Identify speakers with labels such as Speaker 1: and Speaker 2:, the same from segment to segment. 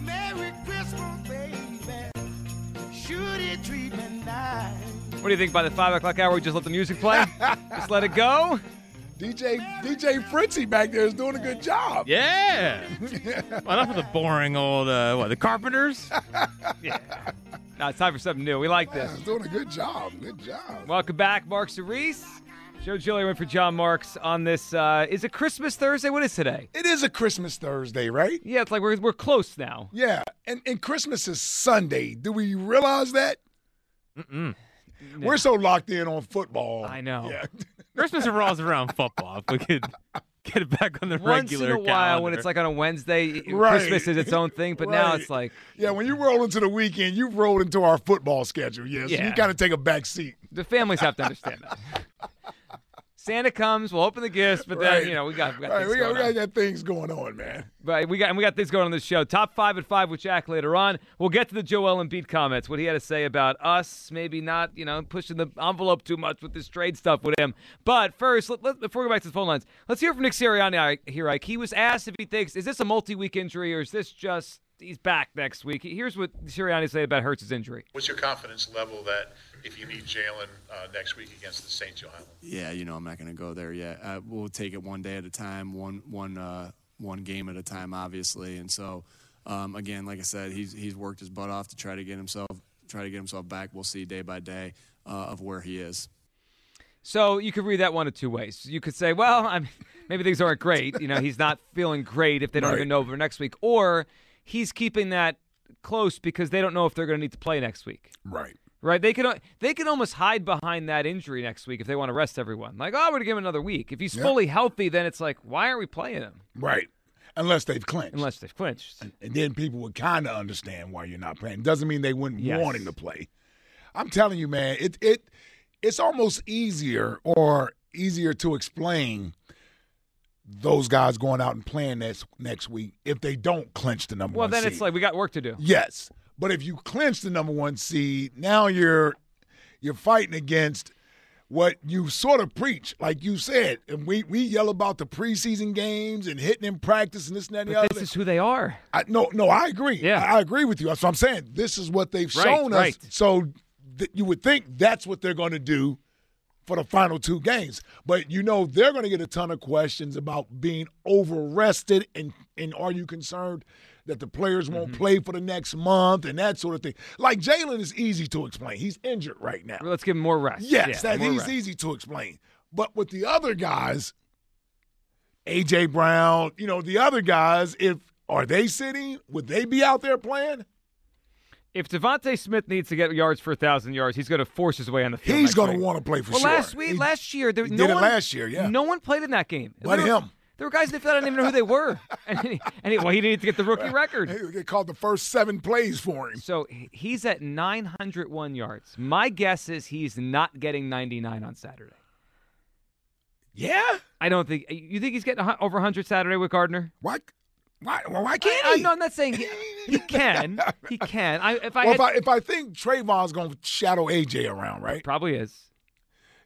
Speaker 1: Merry Christmas, baby. Should it treat me nice?
Speaker 2: What do you think? By the five o'clock hour, we just let the music play, just let it go.
Speaker 3: DJ DJ Fritzy back there is doing a good job.
Speaker 4: Yeah. well, enough of the boring old uh, what the carpenters.
Speaker 2: Now it's time for something new. We like this.
Speaker 3: He's doing a good job. Good job.
Speaker 2: Welcome back, Mark Cerise. Joe Gillian went for John Marks on this. Uh, is it Christmas Thursday? What is today?
Speaker 3: It is a Christmas Thursday, right?
Speaker 2: Yeah, it's like we're we're close now.
Speaker 3: Yeah, and and Christmas is Sunday. Do we realize that? Mm-mm. We're so locked in on football.
Speaker 2: I know.
Speaker 3: Yeah.
Speaker 4: Christmas revolves around football. If we could get it back on the
Speaker 2: Once in
Speaker 4: regular
Speaker 2: a while, when
Speaker 4: calendar.
Speaker 2: it's like on a Wednesday, i-
Speaker 3: Right.
Speaker 2: Christmas is its own thing. But now
Speaker 3: Right.
Speaker 2: it's like
Speaker 3: yeah, when you roll into the weekend, you roll into our football schedule. Yes, yeah, so
Speaker 2: Yeah.
Speaker 3: you got to take a back seat.
Speaker 2: the families have to understand that. Santa comes, we'll open the gifts, but then
Speaker 3: Right.
Speaker 2: you know we got we got
Speaker 3: All right,
Speaker 2: things
Speaker 3: we got,
Speaker 2: going
Speaker 3: we
Speaker 2: on.
Speaker 3: got, got things going on, man.
Speaker 2: Right, we got and we got things going on this show. Top five at five with Jack later on. We'll get to the Joel Embiid comments, what he had to say about us, maybe not, you know, pushing the envelope too much with this trade stuff with him. But first, let, let, before we go back to the phone lines, let's hear from Nick Sirianni I- here. Ike. He was asked if he thinks is this a multi-week injury or is this just he's back next week. Here's what Sirianni said about Hurts' injury.
Speaker 5: What's your confidence level that if you need Jalen uh, next week against the St. John?
Speaker 6: yeah, you know, I'm not going to go there yet. Uh, we'll take it one day at a time, one one uh, one game at a time, obviously. And so, um, again, like I said, he's he's worked his butt off to try to get himself try to get himself back. We'll see day by day uh, of where he is.
Speaker 2: So you could read that one of two ways. You could say, well, I'm, maybe things aren't great. You know, he's not feeling great if they don't
Speaker 3: Right.
Speaker 2: even know for next week, or he's keeping that close because they don't know if they're going to need to play next week.
Speaker 3: Right.
Speaker 2: Right? They can they can almost hide behind that injury next week if they want to rest everyone. Like, oh, we're going to give him another week. If he's
Speaker 3: Yeah.
Speaker 2: fully healthy, then it's like, why aren't we playing him?
Speaker 3: Right. Unless they've clinched.
Speaker 2: Unless they've clinched.
Speaker 3: and then people would kind of understand why you're not playing. Doesn't mean they wouldn't
Speaker 2: Yes.
Speaker 3: want him to play. I'm telling you, man, it it it's almost easier or easier to explain those guys going out and playing next next week if they don't clinch the number
Speaker 2: Well,
Speaker 3: one.
Speaker 2: then
Speaker 3: seed.
Speaker 2: it's like we got work to do.
Speaker 3: yes, but if you clinch the number one seed, now you're you're fighting against what you sort of preach, like you said, and we we yell about the preseason games and hitting in practice and this and that and the
Speaker 2: But
Speaker 3: other.
Speaker 2: this is who they are.
Speaker 3: I, no, no, I agree.
Speaker 2: Yeah.
Speaker 3: I, I agree with you. That's what I'm saying. This is what they've
Speaker 2: Right,
Speaker 3: shown us.
Speaker 2: right.
Speaker 3: So th- you would think that's what they're going to do for the final two games. But you know they're going to get a ton of questions about being over rested and and are you concerned that the players won't
Speaker 2: Mm-hmm.
Speaker 3: play for the next month and that sort of thing. Like Jalen is easy to explain. He's injured right now.
Speaker 2: Let's give him more rest.
Speaker 3: Yes,
Speaker 2: yeah,
Speaker 3: that
Speaker 2: more
Speaker 3: he's
Speaker 2: rest.
Speaker 3: easy to explain. But with the other guys, AJ Brown, you know, the other guys, if are they sitting? Would they be out there playing?
Speaker 2: If Devontae Smith needs to get yards for a thousand yards, he's going to force his way on the field.
Speaker 3: He's
Speaker 2: next
Speaker 3: going to
Speaker 2: week.
Speaker 3: want to play for
Speaker 2: well,
Speaker 3: sure.
Speaker 2: last week,
Speaker 3: He-
Speaker 2: last year, there,
Speaker 3: he
Speaker 2: no
Speaker 3: did it
Speaker 2: one,
Speaker 3: last year, yeah.
Speaker 2: no one played in that game.
Speaker 3: But
Speaker 2: There were-
Speaker 3: him.
Speaker 2: There were guys in the field I didn't even know who they were, and, he, and he, well, he needed to get the rookie record.
Speaker 3: He they called the first seven plays for him.
Speaker 2: So he- he's at 901 yards. My guess is he's not getting 99 on Saturday.
Speaker 3: Yeah.
Speaker 2: I don't think you think he's getting a hun- over 100 Saturday with Gardner.
Speaker 3: Why? Why? Well, why can't
Speaker 2: I, I,
Speaker 3: he?
Speaker 2: no, I'm not saying he, he can. He can. I, if I,
Speaker 3: well,
Speaker 2: had,
Speaker 3: if I if I think Trayvon's going to shadow AJ around, right?
Speaker 2: probably is.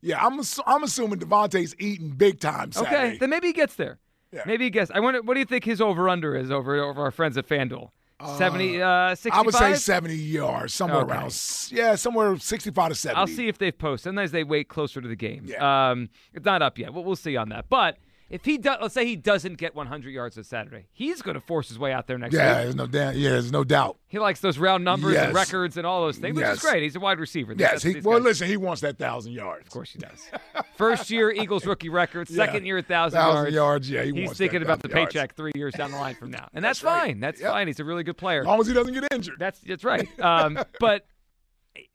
Speaker 3: Yeah, I'm assu- I'm assuming Devontae's eating big time Saturday.
Speaker 2: Okay, then maybe he gets there.
Speaker 3: Yeah.
Speaker 2: Maybe he gets. I wonder. What do you think his over under is over over our friends at FanDuel? 70, uh, 65?
Speaker 3: I would say 70 yards, somewhere
Speaker 2: Okay.
Speaker 3: around. s- Yeah, somewhere 65 to 70.
Speaker 2: I'll see if they've posted. Sometimes they wait closer to the game. Um, it's not up yet. We'll, we'll see on that. But if he does, let's say he doesn't get 100 yards on Saturday, he's going to force his way out there next
Speaker 3: Yeah,
Speaker 2: week.
Speaker 3: there's no doubt. Yeah, there's no doubt.
Speaker 2: He likes those round numbers and
Speaker 3: Yes.
Speaker 2: records and all those things, which is
Speaker 3: Yes.
Speaker 2: great. He's a wide receiver.
Speaker 3: Yes.
Speaker 2: That's-
Speaker 3: He,
Speaker 2: these
Speaker 3: well,
Speaker 2: guys-
Speaker 3: listen, he wants that thousand yards.
Speaker 2: Of course he does. First year Eagles rookie record.
Speaker 3: Yeah.
Speaker 2: Second year thousand
Speaker 3: 1,000
Speaker 2: yards.
Speaker 3: yards, yeah, he
Speaker 2: he's
Speaker 3: wants that
Speaker 2: thinking about the
Speaker 3: 1,000 yards.
Speaker 2: paycheck three years down the line from now, and that's, fine. That's fine. He's a really good player.
Speaker 3: As long as he doesn't get injured.
Speaker 2: That's that's right. Um, but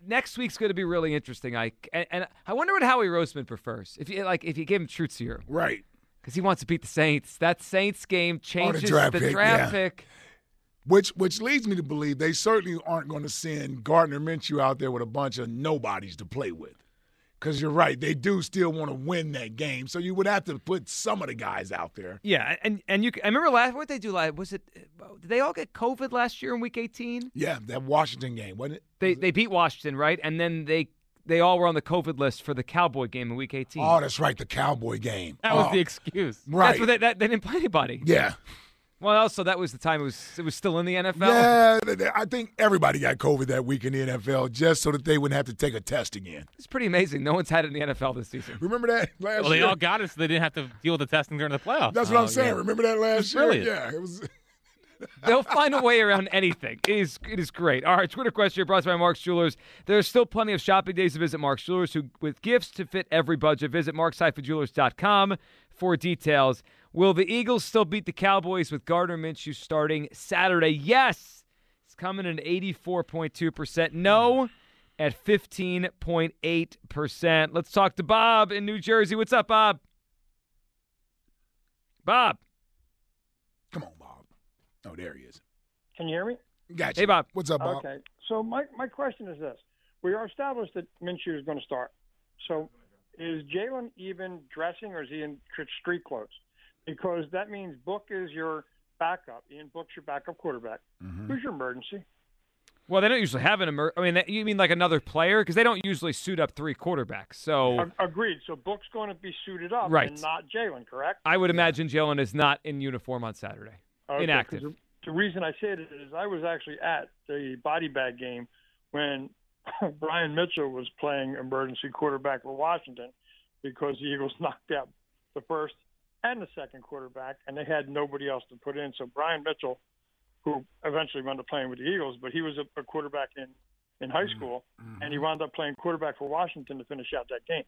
Speaker 2: next week's going to be really interesting. I and, and I wonder what Howie Roseman prefers. If you like, if you gave him truth serum
Speaker 3: Right.
Speaker 2: because he wants to beat the Saints. That Saints game changes
Speaker 3: Oh, draft pick,
Speaker 2: draft
Speaker 3: yeah.
Speaker 2: pick.
Speaker 3: Which which leads me to believe they certainly aren't going to send Gardner Minshew out there with a bunch of nobodies to play with. Because you're right, they do still want to win that game. So you would have to put some of the guys out there.
Speaker 2: Yeah, and and you. c- I remember last what they do last was it? Did they all get COVID last year in Week 18?
Speaker 3: Yeah, that Washington game, wasn't it?
Speaker 2: They they beat Washington right, and then they they all were on the COVID list for the Cowboy game in Week 18.
Speaker 3: Oh, that's right, the Cowboy game.
Speaker 4: That was
Speaker 3: Oh,
Speaker 4: the excuse.
Speaker 3: right.
Speaker 2: That's what they, that, they didn't play anybody.
Speaker 3: yeah.
Speaker 2: Well, also that was the time it was it was still in the NFL.
Speaker 3: Yeah, th- th- I think everybody got COVID that week in the NFL just so that they wouldn't have to take a test again.
Speaker 2: It's pretty amazing. No one's had it in the NFL this season.
Speaker 3: Remember that last
Speaker 4: Well, they
Speaker 3: year?
Speaker 4: all got it, so they didn't have to deal with the testing during the playoffs.
Speaker 3: That's what
Speaker 2: Oh,
Speaker 3: I'm saying. Remember that last year?
Speaker 4: brilliant.
Speaker 3: Yeah, it was.
Speaker 2: They'll find a way around anything. It is, it is great. All right, Twitter question brought to you by Mark's Jewelers. There's still plenty of shopping days to visit Mark's Jewelers who, with gifts to fit every budget. Visit marksyphajewelers.com for details. Will the Eagles still beat the Cowboys with Gardner Minshew starting Saturday? Yes. It's coming in at 84.2%. No at 15.8%. Let's talk to Bob in New Jersey. What's up, Bob? Bob.
Speaker 3: Come on, Bob. Oh, there he is.
Speaker 7: Can you hear me?
Speaker 3: Gotcha.
Speaker 2: Hey, Bob.
Speaker 3: What's up, Bob?
Speaker 7: Okay. So my, my question is this: We are established that Minshew is going to start. So is Jalen even dressing, or is he in tr- street clothes? Because that means Book is your backup. Ian Book's your backup quarterback. Who's your emergency?
Speaker 2: Well, they don't usually have an emer. I mean, that- you mean like another player because they don't usually suit up three quarterbacks. So
Speaker 7: Ag- agreed. So Book's going to be suited up,
Speaker 2: Right.
Speaker 7: and not Jalen, correct?
Speaker 2: I would imagine Jalen is not in uniform on Saturday.
Speaker 7: Okay,
Speaker 2: Inactive.
Speaker 7: 'cause The, the reason I say it is I was actually at the body bag game when Brian Mitchell was playing emergency quarterback for Washington because the Eagles knocked out the first and the second quarterback, and they had nobody else to put in. So Brian Mitchell, who eventually wound up playing with the Eagles, but he was a, a quarterback in, in high school, and he wound up playing quarterback for Washington to finish out that game.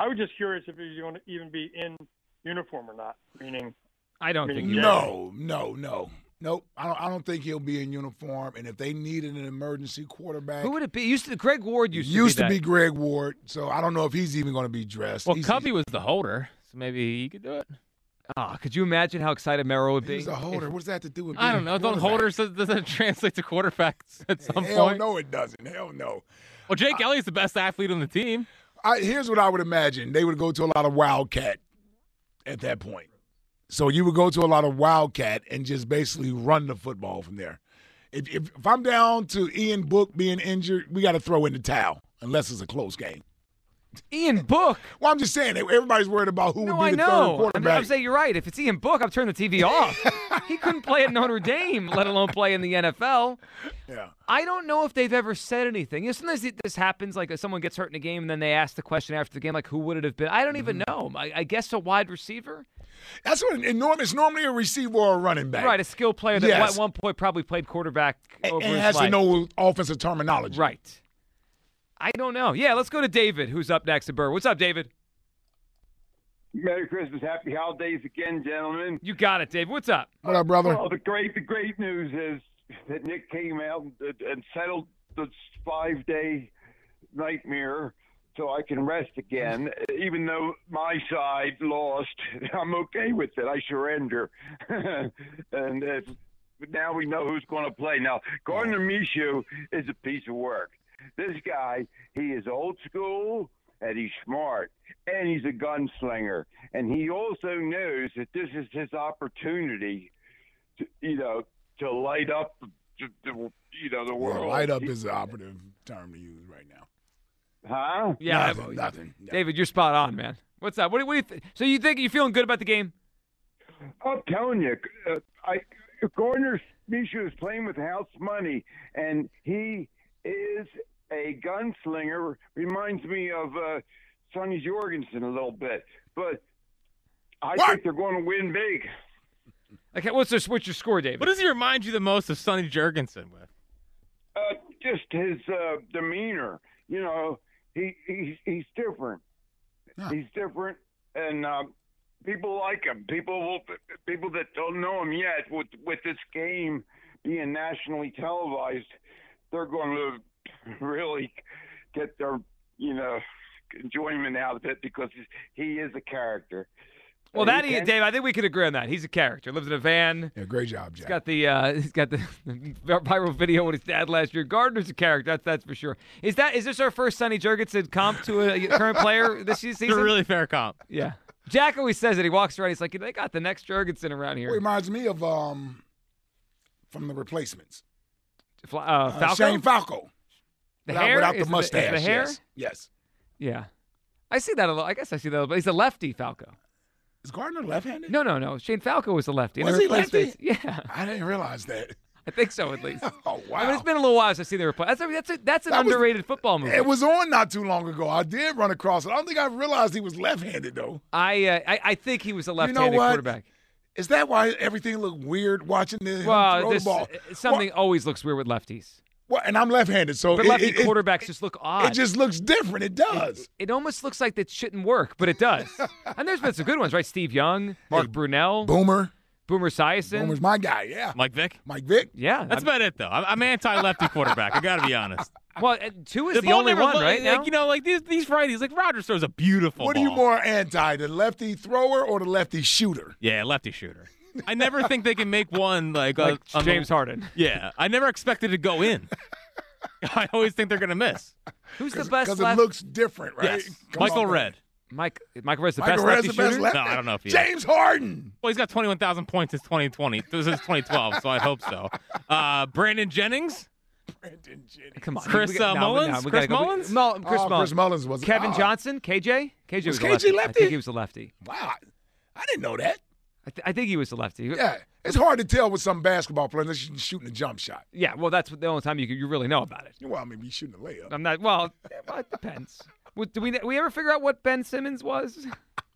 Speaker 7: I was just curious if he's going to even be in uniform or not, meaning
Speaker 2: I don't think.
Speaker 7: Yeah.
Speaker 3: No, no, no. Nope. I don't, I don't think he'll be in uniform. And if they needed an emergency quarterback,
Speaker 2: Who would it be? Used to Greg Ward used,
Speaker 3: used to
Speaker 2: that.
Speaker 3: be Greg Ward. So I don't know if he's even going to be dressed.
Speaker 4: Well,
Speaker 3: he's,
Speaker 4: Cubby was the holder, so maybe he could do it.
Speaker 2: Ah, could you imagine how excited Merrill would be?
Speaker 3: He's a holder. What's that to do with
Speaker 4: I don't
Speaker 3: being a
Speaker 4: know. Don't
Speaker 3: quarterback?
Speaker 4: holders does that translate to quarterbacks at some
Speaker 3: Hell
Speaker 4: point?
Speaker 3: no, it doesn't. Hell no.
Speaker 4: Well, Jake Elliott's the best athlete on the team.
Speaker 3: I, here's what I would imagine: they would go to a lot of Wildcat at that point. So you would go to a lot of Wildcat and just basically run the football from there. If, if, if I'm down to Ian Book being injured, we got to throw in the towel unless it's a close game.
Speaker 2: Ian Book.
Speaker 3: Well, I'm just saying everybody's worried about who
Speaker 2: No,
Speaker 3: would be
Speaker 2: I
Speaker 3: the third
Speaker 2: know. I mean,
Speaker 3: quarterback.
Speaker 2: I'm saying you're right. If it's Ian Book, I'm turning the TV off. he couldn't play at Notre Dame, let alone play in the NFL.
Speaker 3: yeah.
Speaker 2: I don't know if they've ever said anything. You know, sometimes it- this happens, like if someone gets hurt in a game, and then they ask the question after the game, like, who would it have been? I don't even
Speaker 3: Mm-hmm.
Speaker 2: know. I, I guess a wide receiver,
Speaker 3: That's what it norm, it's normally a receiver or a running back.
Speaker 2: right? A skill player that
Speaker 3: Yes.
Speaker 2: at one point probably played quarterback
Speaker 3: And,
Speaker 2: over
Speaker 3: and
Speaker 2: his
Speaker 3: has to
Speaker 2: life.
Speaker 3: know offensive terminology.
Speaker 2: right. I don't know. Yeah, let's go to David, who's up next to Burr. What's up, David?
Speaker 8: Merry Christmas, happy holidays again, gentlemen.
Speaker 2: You got it, Dave. What's up?
Speaker 3: What up, brother?
Speaker 8: Well, the great the great news is that Nick came out and, and settled this five day nightmare, so I can rest again. Even though my side lost, I'm okay with it. I surrender, and uh, it's, now we know who's going to play. Now Gardner Minshew is a piece of work. This guy, he is old school and he's smart and he's a gunslinger. And he also knows that this is his opportunity to, you know, to light up, the, the, you know, the world.
Speaker 3: Well, light up is the operative term to use right now.
Speaker 8: huh?
Speaker 2: Yeah,
Speaker 3: nothing.
Speaker 2: I-
Speaker 3: nothing. Yeah.
Speaker 2: David, you're spot on, man. What's up? What do, what do you th- so you think you're feeling good about the game?
Speaker 8: I'm telling you, uh, I Gardner's Misha is playing with house money, and he is a gunslinger. Reminds me of uh, Sonny Jorgensen a little bit, but I think they're going to win big.
Speaker 2: Okay, what's this? What's your score, David?
Speaker 4: What does he remind you the most of Sonny Jurgensen with?
Speaker 8: Uh, just his uh, demeanor. You know, he he's he's different. He's different, and uh, people like him. People will, people that don't know him yet, with with this game being nationally televised, they're going to really get their you know enjoyment out of it because he is a character.
Speaker 2: Well,
Speaker 8: And
Speaker 2: that he,
Speaker 8: can-
Speaker 2: Dave, I think we could agree on that. He's a character. Lives in a van.
Speaker 3: Yeah, great job, Jack.
Speaker 2: He's got the uh, he's got the viral video with his dad last year. Gardner's a character. That's that's for sure. Is that is this our first Sonny Jurgensen comp to a current player this se- season?
Speaker 4: It's a really fair comp.
Speaker 2: Yeah. Jack always says it. He walks around. He's like, they got the next Jurgensen
Speaker 3: Well,
Speaker 2: around here.
Speaker 3: reminds me of um from the replacements.
Speaker 2: Fla- uh,
Speaker 3: Uh,
Speaker 2: Falco?
Speaker 3: Shane Falco.
Speaker 2: The
Speaker 3: without,
Speaker 2: hair?
Speaker 3: without
Speaker 2: Is it
Speaker 3: the
Speaker 2: the-
Speaker 3: mustache.
Speaker 2: is it the hair?
Speaker 3: Yes. yes.
Speaker 2: Yeah. I see that a lot. I guess I see that a lot. He's a lefty Falco.
Speaker 3: Is Gardner left-handed?
Speaker 2: No, no, no. Shane Falco was a lefty. And
Speaker 3: Was
Speaker 2: the
Speaker 3: he lefty?
Speaker 2: replacements- Yeah.
Speaker 3: I didn't realize that.
Speaker 2: I think so, at least.
Speaker 3: Oh wow.
Speaker 2: I mean, it's been a little while since I've seen the reply. That's, a, that's, a, that's an
Speaker 3: That was-
Speaker 2: underrated football movie.
Speaker 3: It was on not too long ago. I did run across it. I don't think I realized he was left-handed though.
Speaker 2: I, uh, I I think he was a left-handed
Speaker 3: what?
Speaker 2: quarterback.
Speaker 3: Is that why everything looked weird watching the him
Speaker 2: Well,
Speaker 3: throw
Speaker 2: this, uh,
Speaker 3: the ball?
Speaker 2: something always looks weird with lefties.
Speaker 3: Well, and I'm left-handed, so
Speaker 2: But
Speaker 3: it-
Speaker 2: lefty
Speaker 3: it- it-
Speaker 2: quarterbacks just look odd.
Speaker 3: It just looks different. It does.
Speaker 2: It almost looks like that shouldn't work, but it does. and there's been some good ones, right? Steve Young, Mark Brunell,
Speaker 3: Boomer.
Speaker 2: Boomer Esiason.
Speaker 3: Boomer's my guy. Yeah.
Speaker 4: Mike Vick.
Speaker 3: Mike Vick.
Speaker 2: Yeah,
Speaker 4: That's about it, though. I'm, I'm anti-lefty quarterback. I got to be honest.
Speaker 2: Well, uh, two is the,
Speaker 4: ball
Speaker 2: only
Speaker 4: never
Speaker 2: one,
Speaker 4: lo-
Speaker 2: right?
Speaker 4: Like
Speaker 2: now?
Speaker 4: you know, like these these righties, like Rogers throws a beautiful.
Speaker 3: What are you
Speaker 4: ball.
Speaker 3: more anti, the lefty thrower or the lefty shooter?
Speaker 4: Yeah, lefty shooter. I never think they can make one like, uh,
Speaker 2: Like
Speaker 4: on the-
Speaker 3: um,
Speaker 2: James Harden.
Speaker 4: Yeah, I never expected to go in. I always think they're gonna miss.
Speaker 2: Who's the best
Speaker 3: Because it
Speaker 2: left?
Speaker 3: looks different, right?
Speaker 4: Yes,
Speaker 3: Come
Speaker 4: Michael
Speaker 3: on,
Speaker 4: Red.
Speaker 2: Mike Michael Red's the
Speaker 3: Michael
Speaker 2: best
Speaker 3: Red's
Speaker 2: lefty
Speaker 3: the best
Speaker 2: shooter.
Speaker 3: left-
Speaker 4: No, I don't know if he. is.
Speaker 3: James Harden.
Speaker 4: Well, he's got 21,000 points since 2020, since 2012, so I hope so. Uh, Brandon Jennings,
Speaker 3: Brandon Jennings.
Speaker 2: Come on,
Speaker 4: Chris,
Speaker 2: we got-
Speaker 4: uh,
Speaker 2: no, we- no,
Speaker 4: Mullins?
Speaker 2: we gotta
Speaker 4: Chris
Speaker 2: go- we-
Speaker 4: Mullins?
Speaker 2: Mull- Chris
Speaker 3: Oh,
Speaker 2: Mullins.
Speaker 3: Chris Mullins was
Speaker 2: Kevin
Speaker 3: oh,
Speaker 2: Johnson, KJ, KJ was,
Speaker 3: Was
Speaker 2: a
Speaker 3: KJ
Speaker 2: lefty. I
Speaker 3: lefty?
Speaker 2: think he was a lefty.
Speaker 3: Wow, I didn't know that.
Speaker 2: I, th- I think he was a lefty.
Speaker 3: Yeah, it's hard to tell with some basketball players unless you're shooting a jump shot.
Speaker 2: Yeah, Well, that's the only time you could- you really know about it.
Speaker 3: Well, I mean, you're shooting a layup.
Speaker 2: I'm not. Well, well it depends. What, do we we ever figure out what Ben Simmons was?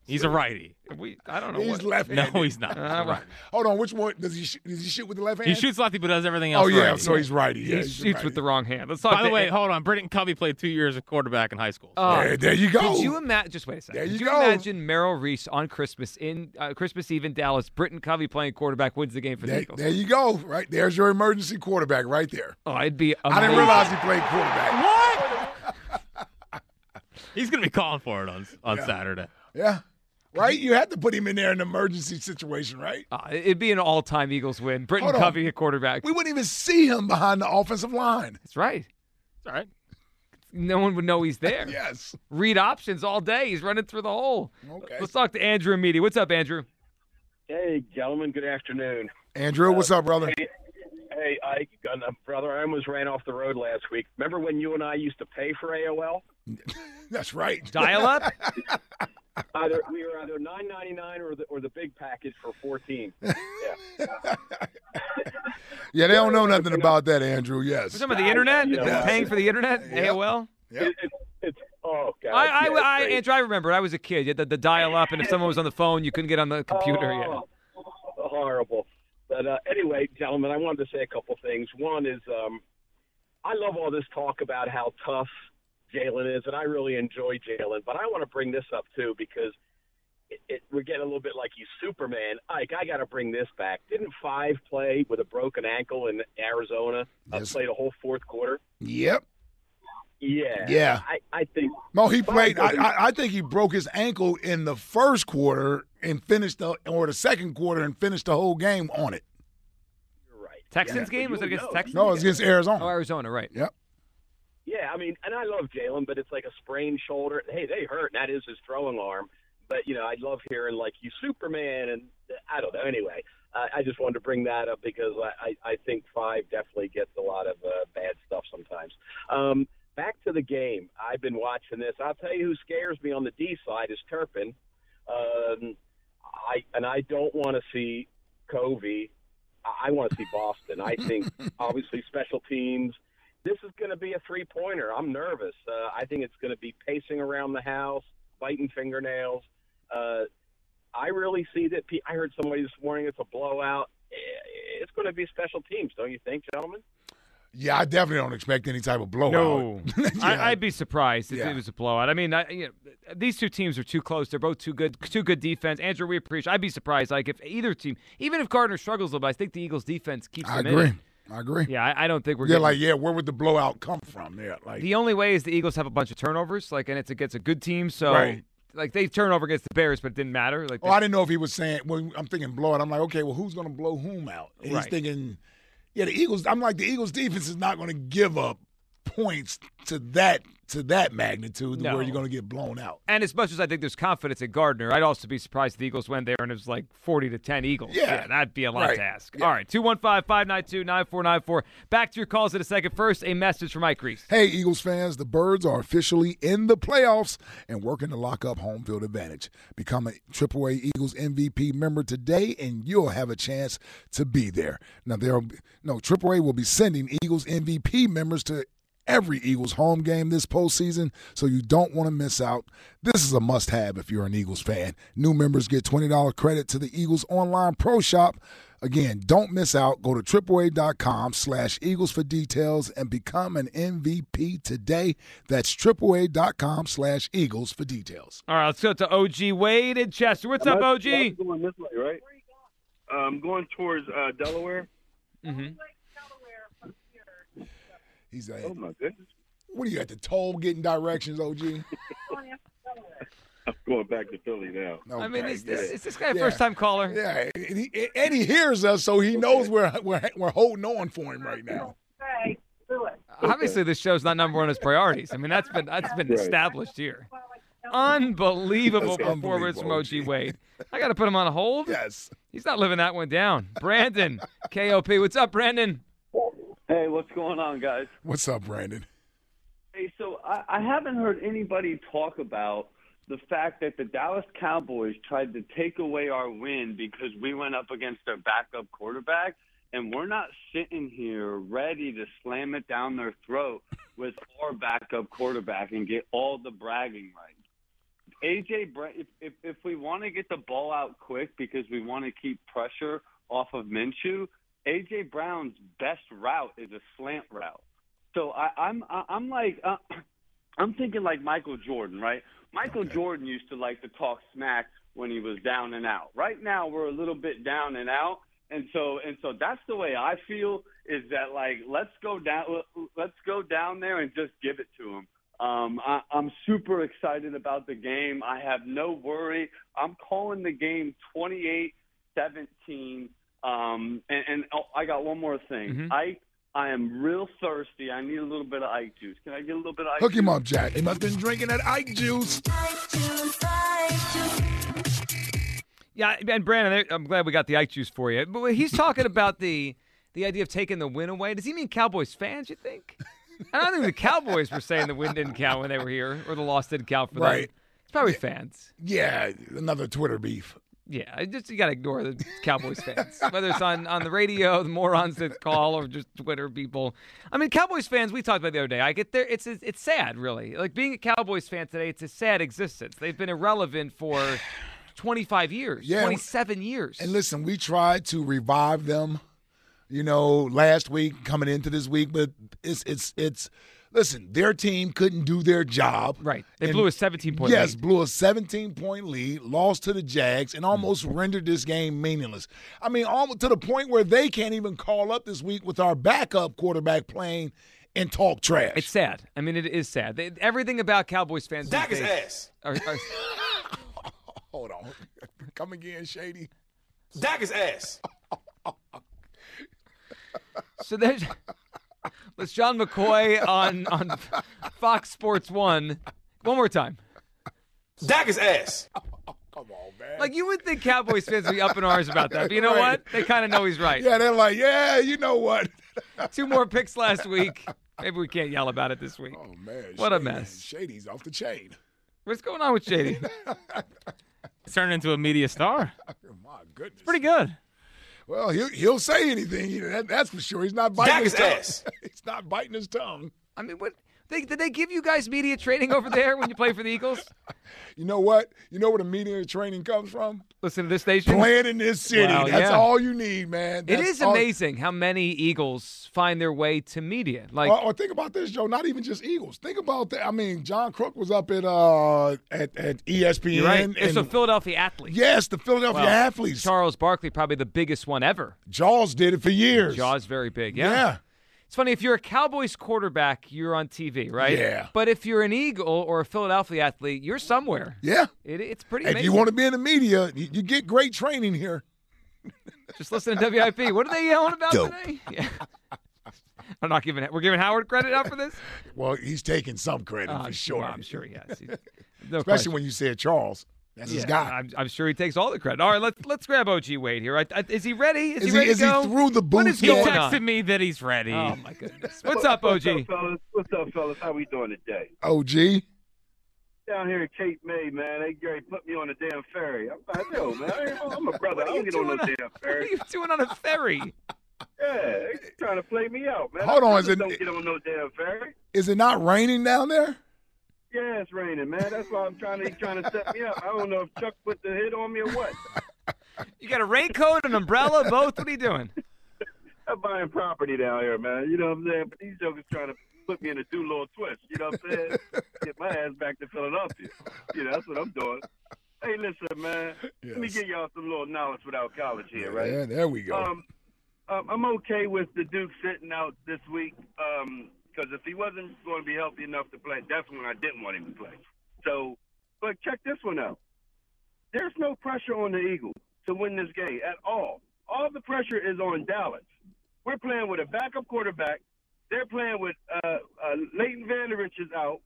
Speaker 4: he's a righty.
Speaker 2: We I don't know.
Speaker 3: He's
Speaker 2: what-
Speaker 4: No,
Speaker 3: left-handed.
Speaker 4: he's not.
Speaker 2: Uh, right.
Speaker 3: Hold on, which one does he? Shoot, does he shoot with the left hand?
Speaker 4: He shoots lefty, but does everything else.
Speaker 3: Oh yeah,
Speaker 4: righty.
Speaker 3: so he's righty. Yeah,
Speaker 2: he
Speaker 3: he's
Speaker 2: shoots
Speaker 3: righty.
Speaker 2: with the wrong hand. Let's talk.
Speaker 4: By the way,
Speaker 2: uh,
Speaker 4: hold on. Brenton Covey played two years of quarterback in high school.
Speaker 2: Oh.
Speaker 3: There, there you go.
Speaker 2: Did you imagine? Just wait a second.
Speaker 3: There
Speaker 2: Did
Speaker 3: you
Speaker 2: you
Speaker 3: go.
Speaker 2: imagine Merrill Reese on Christmas in uh, Christmas Eve in Dallas? Britton Covey playing quarterback wins the game for the
Speaker 3: there,
Speaker 2: Eagles.
Speaker 3: there you go. Right there's your emergency quarterback right there.
Speaker 2: oh, it'd be. Amazing.
Speaker 3: I didn't realize he played quarterback.
Speaker 4: What? he's gonna be calling for it on on Saturday.
Speaker 3: Yeah, right. You had to put him in there in an emergency situation, right?
Speaker 2: Uh, it'd be an all-time Eagles win. Britton
Speaker 3: Hold on.
Speaker 2: Covey at quarterback.
Speaker 3: We wouldn't even see him behind the offensive line.
Speaker 2: That's right.
Speaker 4: It's all right.
Speaker 2: No one would know he's there.
Speaker 3: Yes.
Speaker 2: Read options all day. He's running through the hole.
Speaker 3: Okay.
Speaker 2: Let's talk to Andrew Meaty. What's up, Andrew?
Speaker 9: Hey, gentlemen. Good afternoon.
Speaker 3: Andrew, what's up, brother?
Speaker 9: Hey, Ike, uh, brother. I almost ran off the road last week. Remember when you and I used to pay for AOL?
Speaker 3: That's right.
Speaker 2: Dial up.
Speaker 9: Either we were either nine ninety nine or the or the big package for fourteen.
Speaker 3: Yeah, they don't know nothing about that, Andrew. Yes.
Speaker 2: Some of the internet.
Speaker 9: you know
Speaker 3: what?
Speaker 2: Paying for the internet. AOL.
Speaker 3: Yeah.
Speaker 9: It, it's- it's oh god.
Speaker 2: I,
Speaker 9: yeah,
Speaker 2: I, I,
Speaker 9: great.
Speaker 2: Andrew, I remember. I was a kid. You had the, the dial up, and if someone was on the phone, you couldn't get on the computer. Yeah.
Speaker 9: Oh, Horrible. But uh, anyway, gentlemen, I wanted to say a couple things. One is um, I love all this talk about how tough Jalen is, and I really enjoy Jalen. But I want to bring this up too because it, it, we're getting a little bit like he's Superman. Ike, I got to bring this back. Didn't Five play with a broken ankle in Arizona?
Speaker 3: Yes.
Speaker 9: Uh, played a whole fourth quarter.
Speaker 3: Yep.
Speaker 9: Yeah.
Speaker 3: Yeah.
Speaker 9: I, I think
Speaker 3: No, he played. I, I, I think he broke his ankle in the first quarter and finished the or the second quarter and finished the whole game on it.
Speaker 9: you're right.
Speaker 2: Texans
Speaker 9: Yeah.
Speaker 2: game? Was it
Speaker 9: You
Speaker 2: against
Speaker 9: know.
Speaker 2: the Texans?
Speaker 3: No, it was against
Speaker 2: Oh,
Speaker 3: Arizona.
Speaker 2: Arizona, right.
Speaker 3: Yep.
Speaker 9: Yeah, I mean, and I love Jalen, but it's like a sprained shoulder. Hey, they hurt, and that is his throwing arm. But you know, I love hearing like you Superman, and I don't know. Anyway, I, I just wanted to bring that up because I, I, I think Five definitely gets a lot of uh, bad stuff sometimes. Um, back to the game. I've been watching this. I'll tell you who scares me on the D side is Turpin. Um, I and I don't want to see Covey I, I want to see Boston. I think obviously special teams. This is going to be a three pointer. I'm nervous. Uh, I think it's going to be pacing around the house, biting fingernails. Uh, I really see that. Pe- I heard somebody this morning. It's a blowout. Eh, It's going to be special teams, don't you think, gentlemen?
Speaker 3: Yeah, I definitely don't expect any type of blowout.
Speaker 2: No, I, I'd be surprised if
Speaker 3: Yeah.
Speaker 2: it was a blowout. I mean, I, you know, these two teams are too close. They're both too good, too good defense. Andrew, we appreciate. I'd be surprised, like if either team, even if Gardner struggles a little bit, I think the Eagles' defense keeps
Speaker 3: I
Speaker 2: them
Speaker 3: agree.
Speaker 2: in.
Speaker 3: I agree.
Speaker 2: Yeah, I, I don't think we're.
Speaker 3: yeah,
Speaker 2: getting-
Speaker 3: like yeah, where would the blowout come from? Yeah, like
Speaker 2: the only way is the Eagles have a bunch of turnovers, like, and it's against a good team. So,
Speaker 3: Right.
Speaker 2: like, they turn over against the Bears, but it didn't matter. Like,
Speaker 3: Oh, I didn't know if he was saying. When I'm thinking blowout, I'm like, okay, well, who's going to blow whom out? And
Speaker 2: Right.
Speaker 3: He's thinking, yeah, the Eagles. I'm like, the Eagles' defense is not going to give up points to that to that magnitude to
Speaker 2: No.
Speaker 3: where you're going to get blown out.
Speaker 2: and as much as I think there's confidence in Gardner, I'd also be surprised if the Eagles went there and it was like 40 to 10 Eagles.
Speaker 3: Yeah.
Speaker 2: that'd be a lot
Speaker 3: Right.
Speaker 2: to ask. All right, 215 592 9494. Back to your calls in a second. First, a message from Mike Reese.
Speaker 3: Hey, Eagles fans, the Birds are officially in the playoffs and working to lock up home field advantage. Become a AAA Eagles MVP member today, and you'll have a chance to be there. Now, there'll be, no AAA will be sending Eagles MVP members to every Eagles home game this postseason, so you don't want to miss out. This is a must have if you're an Eagles fan. New members get $20 credit to the Eagles Online Pro Shop. Again, don't miss out. Go to AAA.com slash Eagles for details and become an MVP today. That's AAA.com slash Eagles for details.
Speaker 2: All right, let's go to OG Wade in Chester. What's
Speaker 10: Am
Speaker 2: up,
Speaker 10: I-
Speaker 2: OG?
Speaker 10: I'm going this way, right? Um, going towards uh, Delaware.
Speaker 2: Mm-hmm.
Speaker 3: He's
Speaker 10: Oh
Speaker 3: like,
Speaker 10: my goodness!
Speaker 3: what are you at the toll getting directions, OG?
Speaker 10: I'm going back to Philly now.
Speaker 2: I mean, is
Speaker 10: Okay,
Speaker 2: this,
Speaker 10: yeah.
Speaker 2: is this guy a
Speaker 3: Yeah.
Speaker 2: first time caller?
Speaker 3: Yeah, and he, and he hears us, so he knows we're, we're, we're holding on for him right now.
Speaker 2: Obviously, this show's not number one as priorities. I mean, that's been that's been
Speaker 3: Right.
Speaker 2: established here. Unbelievable
Speaker 3: That's
Speaker 2: performance from
Speaker 3: unbelievable,
Speaker 2: OG Wade. I got to put him on hold.
Speaker 3: Yes.
Speaker 2: He's not living that one down. Brandon, KOP. What's up, Brandon?
Speaker 11: Hey, what's going on, guys?
Speaker 3: What's up, Brandon?
Speaker 11: Hey, so I, I haven't heard anybody talk about the fact that the Dallas Cowboys tried to take away our win because we went up against their backup quarterback, and we're not sitting here ready to slam it down their throat with our backup quarterback and get all the bragging rights. AJ, Bre- if, if if we want to get the ball out quick because we want to keep pressure off of Minshew, AJ Brown's best route is a slant route. So I, I'm I- I'm like uh, I'm thinking like Michael Jordan, right? Michael Jordan used to like to talk smack when he was down and out. Right now we're a little bit down and out, and so and so that's the way I feel is that like let's go down let's go down there and just give it to him. Um, I, I'm super excited about the game. I have no worry. I'm calling the game 28 17. Um, and, and oh, I got one more thing.
Speaker 3: Mhm.
Speaker 11: Ike, I am real thirsty. I need a little bit of Ike juice. Can I get a little bit of Ike
Speaker 3: Hook
Speaker 11: juice?
Speaker 3: him up, Jack. He must have been drinking that Ike juice.
Speaker 2: Yeah, and Brandon, I'm glad we got the Ike juice for you. But when he's talking about the the idea of taking the win away. Does he mean Cowboys fans? You think? I don't think the Cowboys were saying the win didn't count when they were here, or the loss didn't count for them.
Speaker 3: Right.
Speaker 2: It's probably fans.
Speaker 3: Yeah, another Twitter beef.
Speaker 2: Yeah, I just you gotta ignore the Cowboys fans, whether it's on on the radio, the morons that call, or just Twitter people. I mean, Cowboys fans. We talked about the other day. I get there. It's it's sad, really. Like being a Cowboys fan today, it's a sad existence. They've been irrelevant for twenty five years,
Speaker 3: Yeah.
Speaker 2: twenty seven years.
Speaker 3: And listen, we tried to revive them, you know, last week coming into this week, but it's it's it's listen, their team couldn't do their job.
Speaker 2: Right. They blew a 17-point
Speaker 3: Yes,
Speaker 2: lead.
Speaker 3: blew a 17 point lead, lost to the Jags, and almost
Speaker 2: Mm.
Speaker 3: rendered this game meaningless. I mean, almost to the point where they can't even call up this week with our backup quarterback playing and talk trash.
Speaker 2: It's sad. I mean, it is sad. They, everything about Cowboys fans.
Speaker 3: Dak
Speaker 2: these
Speaker 3: is
Speaker 2: days
Speaker 3: ass.
Speaker 2: are- are-
Speaker 3: Hold on. Come again, Shady.
Speaker 12: Dak is ass.
Speaker 2: so there's was John McCoy on on Fox Sports One. One more time.
Speaker 12: Dak is ass.
Speaker 2: Like you would think Cowboys fans would be up in arms about that, but you know
Speaker 3: Right.
Speaker 2: what? They kind of know he's right.
Speaker 3: Yeah, they're like, yeah, you know what?
Speaker 2: Two more picks last week. Maybe we can't yell about it this week.
Speaker 3: Oh man,
Speaker 2: what a
Speaker 3: Shady-
Speaker 2: mess!
Speaker 3: Shady's off the chain.
Speaker 2: What's going on with Shady?
Speaker 4: He's turning into a media star.
Speaker 3: My goodness.
Speaker 2: Pretty good.
Speaker 3: Well, he'll, he'll say anything. You know, that, that's for sure. He's not biting
Speaker 2: Dak
Speaker 3: his
Speaker 2: his
Speaker 3: tongue.
Speaker 2: ass.
Speaker 3: He's not biting his tongue.
Speaker 2: I mean, what? They, did they give you guys media training over there when you play for the Eagles?
Speaker 3: You know what? You know where the media training comes from?
Speaker 2: Listen to this station.
Speaker 3: Playing in this city.
Speaker 2: Wow,
Speaker 3: That's
Speaker 2: yeah.
Speaker 3: all you need, man.
Speaker 2: It
Speaker 3: That's
Speaker 2: is
Speaker 3: all-
Speaker 2: amazing how many Eagles find their way to media. Like,
Speaker 3: or, or think about this, Joe. Not even just Eagles. Think about that. I mean, John Crook was up at uh at, at ESPN.
Speaker 2: you're right.
Speaker 3: and-
Speaker 2: It's a Philadelphia athlete.
Speaker 3: yes, the Philadelphia
Speaker 2: Well,
Speaker 3: athletes.
Speaker 2: Charles Barkley, probably the biggest one ever.
Speaker 3: Jaws did it for years.
Speaker 2: Jaws very big. Yeah.
Speaker 3: Yeah.
Speaker 2: It's funny if you're a Cowboys quarterback, you're on TV, right?
Speaker 3: Yeah.
Speaker 2: But if you're an Eagle or a Philadelphia athlete, you're somewhere.
Speaker 3: Yeah.
Speaker 2: It, it's pretty.
Speaker 3: If
Speaker 2: amazing.
Speaker 3: you want to be in the media, you, you get great training here.
Speaker 2: Just listen to WIP. What are they yelling about
Speaker 3: Dope.
Speaker 2: today? Yeah. I'm not giving. We're giving Howard credit out for this.
Speaker 3: Well, he's taking some credit
Speaker 2: Oh,
Speaker 3: for sure.
Speaker 2: I'm sure he has. He- no
Speaker 3: Especially
Speaker 2: question.
Speaker 3: when you said Charles. That's his
Speaker 2: Yeah,
Speaker 3: guy.
Speaker 2: I'm, I'm sure he takes all the credit. All right, let's let's grab OG Wade here. I, I, is he ready? Is,
Speaker 3: Is
Speaker 2: he
Speaker 3: he-
Speaker 2: ready
Speaker 3: is
Speaker 2: to
Speaker 3: he
Speaker 2: go?
Speaker 3: through the
Speaker 2: What
Speaker 3: booth
Speaker 2: is
Speaker 3: yet?
Speaker 2: going
Speaker 3: Texted
Speaker 2: on?
Speaker 4: to me that he's ready.
Speaker 2: Oh my goodness! What's up, OG?
Speaker 10: What's up, fellas? What's up, fellas? How we doing today?
Speaker 3: OG.
Speaker 10: Down here in Cape May, man, they great put me on a damn ferry. I'm, I know, man. I, am a brother.
Speaker 2: What
Speaker 10: I
Speaker 2: are
Speaker 10: don't
Speaker 2: you
Speaker 10: get on no
Speaker 2: doing on-
Speaker 10: damn ferry.
Speaker 2: What are you doing on a ferry?
Speaker 10: Yeah, they're trying to play me out, man.
Speaker 3: Hold
Speaker 10: I
Speaker 3: on, is
Speaker 10: brothers
Speaker 3: it-
Speaker 10: Don't get on no damn ferry.
Speaker 3: Is it not raining down there?
Speaker 10: Yeah, it's raining, man. That's why I'm trying to he's trying to set me up. I don't know if Chuck put the hit on me or what.
Speaker 2: You got a raincoat, an umbrella, both. What are you doing?
Speaker 10: I'm buying property down here, man. You know what I'm saying? But these jokers trying to put me in a do little twist. You know what I'm saying? Get my ass back to Philadelphia. You know, that's what I'm doing. Hey, listen, man. Let me
Speaker 3: Yes.
Speaker 10: give y'all some little knowledge without college here, right?
Speaker 3: Yeah, there we go.
Speaker 10: Um, um, I'm okay with the Duke sitting out this week because if he wasn't going to be healthy enough to play, that's when I didn't want him to play. So, but check this one out. There's no pressure on the Eagles to win this game at all. All the pressure is on Dallas. We're playing with a backup quarterback. They're playing with uh, uh, Leighton Vanderich is out.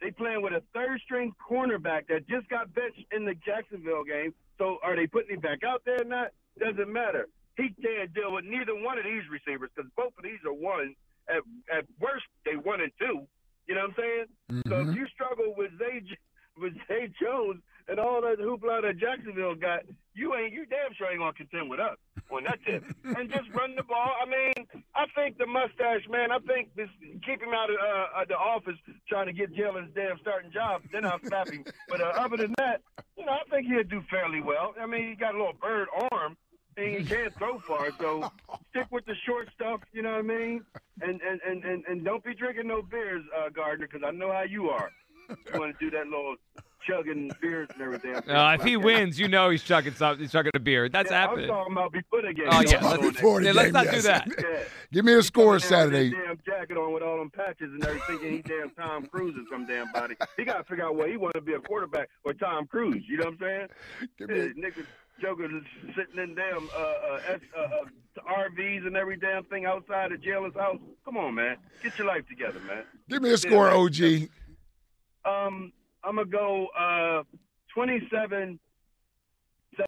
Speaker 10: They playing with a third string cornerback that just got benched in the Jacksonville game. So are they putting him back out there or not? Doesn't matter. He can't deal with neither one of these receivers because both of these are one. At, at worst, they one and two. You know what I'm saying? So if you struggle with Zay J- with Zay Jones and all that hoopla that Jacksonville got, you ain't you damn sure ain't gonna contend with us on that tip. and just run the ball. I mean, I think the mustache man. I think this keep him out of uh, uh, the office trying to get Jalen's damn starting job. Then I'll snap him. But uh, other than that, you know, I think he'll do fairly well. I mean, he got a little bird arm. And he can't throw far, so stick with the short stuff. You know what I mean? And and and and, and don't be drinking no beers, uh, Gardner, because I know how you are. You want to do that little chugging beers and everything.
Speaker 2: Uh, if he wins, you know he's chugging something. He's chugging a beer. That's
Speaker 10: Yeah,
Speaker 2: happening.
Speaker 10: I'm talking about before the game.
Speaker 2: Oh, yeah,
Speaker 10: Don't
Speaker 2: let's-
Speaker 10: go
Speaker 3: before the
Speaker 2: yeah, let's
Speaker 3: game,
Speaker 2: not do
Speaker 3: yes.
Speaker 2: that.
Speaker 10: Yeah.
Speaker 3: Give me a score
Speaker 10: Down with his
Speaker 3: Saturday.
Speaker 10: Damn jacket on with all them patches and everything. and he damn Tom Cruise is some damn body. He got to figure out whether he want to be a quarterback or Tom Cruise. You know what I'm saying?
Speaker 3: Give me-
Speaker 10: Yeah, nigga, Joker is sitting in damn uh, uh, S- uh, uh, RVs and every damn thing outside of Jalen's house. Come on, man. Get your life together, man.
Speaker 3: Give me a score,
Speaker 10: Yeah.
Speaker 3: OG.
Speaker 10: Um, I'm gonna go uh 27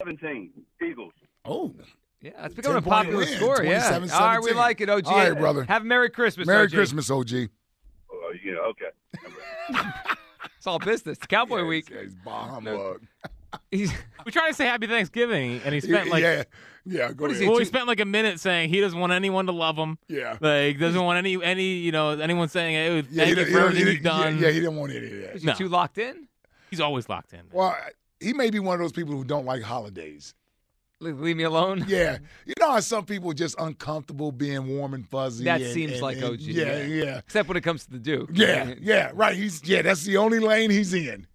Speaker 10: 17 Eagles.
Speaker 3: Oh.
Speaker 2: Yeah, that's becoming a
Speaker 3: 10-point
Speaker 2: popular
Speaker 3: win,
Speaker 2: score. Yeah.
Speaker 3: 27-17.
Speaker 2: All right, we like it, OG.
Speaker 3: All right, brother.
Speaker 2: Have a Merry Christmas.
Speaker 3: Merry
Speaker 2: OG.
Speaker 3: Christmas, OG.
Speaker 10: Oh, yeah, okay.
Speaker 2: It's all business. It's Cowboy Week.
Speaker 3: He's bah humbug.
Speaker 2: He's,
Speaker 4: We tried to say Happy Thanksgiving, and he spent like
Speaker 3: yeah, yeah. Go
Speaker 2: What is
Speaker 3: ahead.
Speaker 2: he,
Speaker 4: well, he
Speaker 2: two-
Speaker 4: spent like a minute saying he doesn't want anyone to love him.
Speaker 3: Yeah.
Speaker 4: Like doesn't want any any you know anyone saying hey,
Speaker 3: Yeah,
Speaker 4: thank
Speaker 3: he don't-
Speaker 4: you for
Speaker 3: he
Speaker 4: everything
Speaker 3: don't-
Speaker 4: you've done.
Speaker 3: Yeah, yeah, he didn't want any of that.
Speaker 2: is he
Speaker 4: No.
Speaker 2: too locked in?
Speaker 4: He's always locked in.
Speaker 3: Well, he may be one of those people who don't like holidays.
Speaker 2: Le- Leave me alone.
Speaker 3: Yeah,
Speaker 2: Mm-hmm.
Speaker 3: you know how some people are just uncomfortable being warm and fuzzy.
Speaker 2: That
Speaker 3: and-
Speaker 2: seems
Speaker 3: and-
Speaker 2: like
Speaker 3: and-
Speaker 2: OG.
Speaker 3: Yeah, yeah,
Speaker 2: Except when it comes to the Duke.
Speaker 3: yeah, yeah. Right. He's yeah. That's the only lane he's in.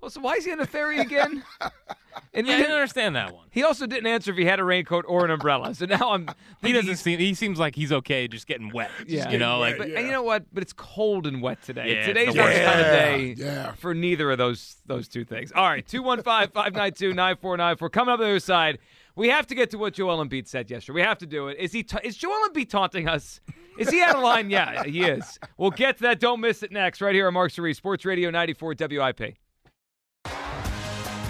Speaker 2: Well, so why is he in a ferry again? and
Speaker 4: yeah, I
Speaker 2: he,
Speaker 4: didn't
Speaker 2: didn't-
Speaker 4: understand that one.
Speaker 2: he also didn't answer if he had a raincoat or an umbrella. So now I'm.
Speaker 4: He doesn't seem. He seems like he's okay, just getting wet.
Speaker 2: Yeah.
Speaker 4: you know, like
Speaker 2: But,
Speaker 3: yeah.
Speaker 2: And you know what? But it's cold and wet today.
Speaker 4: Yeah, it's
Speaker 2: Today's
Speaker 4: the
Speaker 2: not
Speaker 4: worst.
Speaker 2: the kind of
Speaker 3: Yeah,
Speaker 2: day
Speaker 3: yeah.
Speaker 2: for neither of those those two things. All right, 215-592-9494. Coming up on the other side, we have to get to what Joel Embiid said yesterday. We have to do it. Is he ta- is Joel Embiid taunting us? Is he out of line? Yeah, he is. We'll get to that. Don't miss it next right here on Mark Cerise, Sports Radio 94 WIP.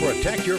Speaker 13: Protect your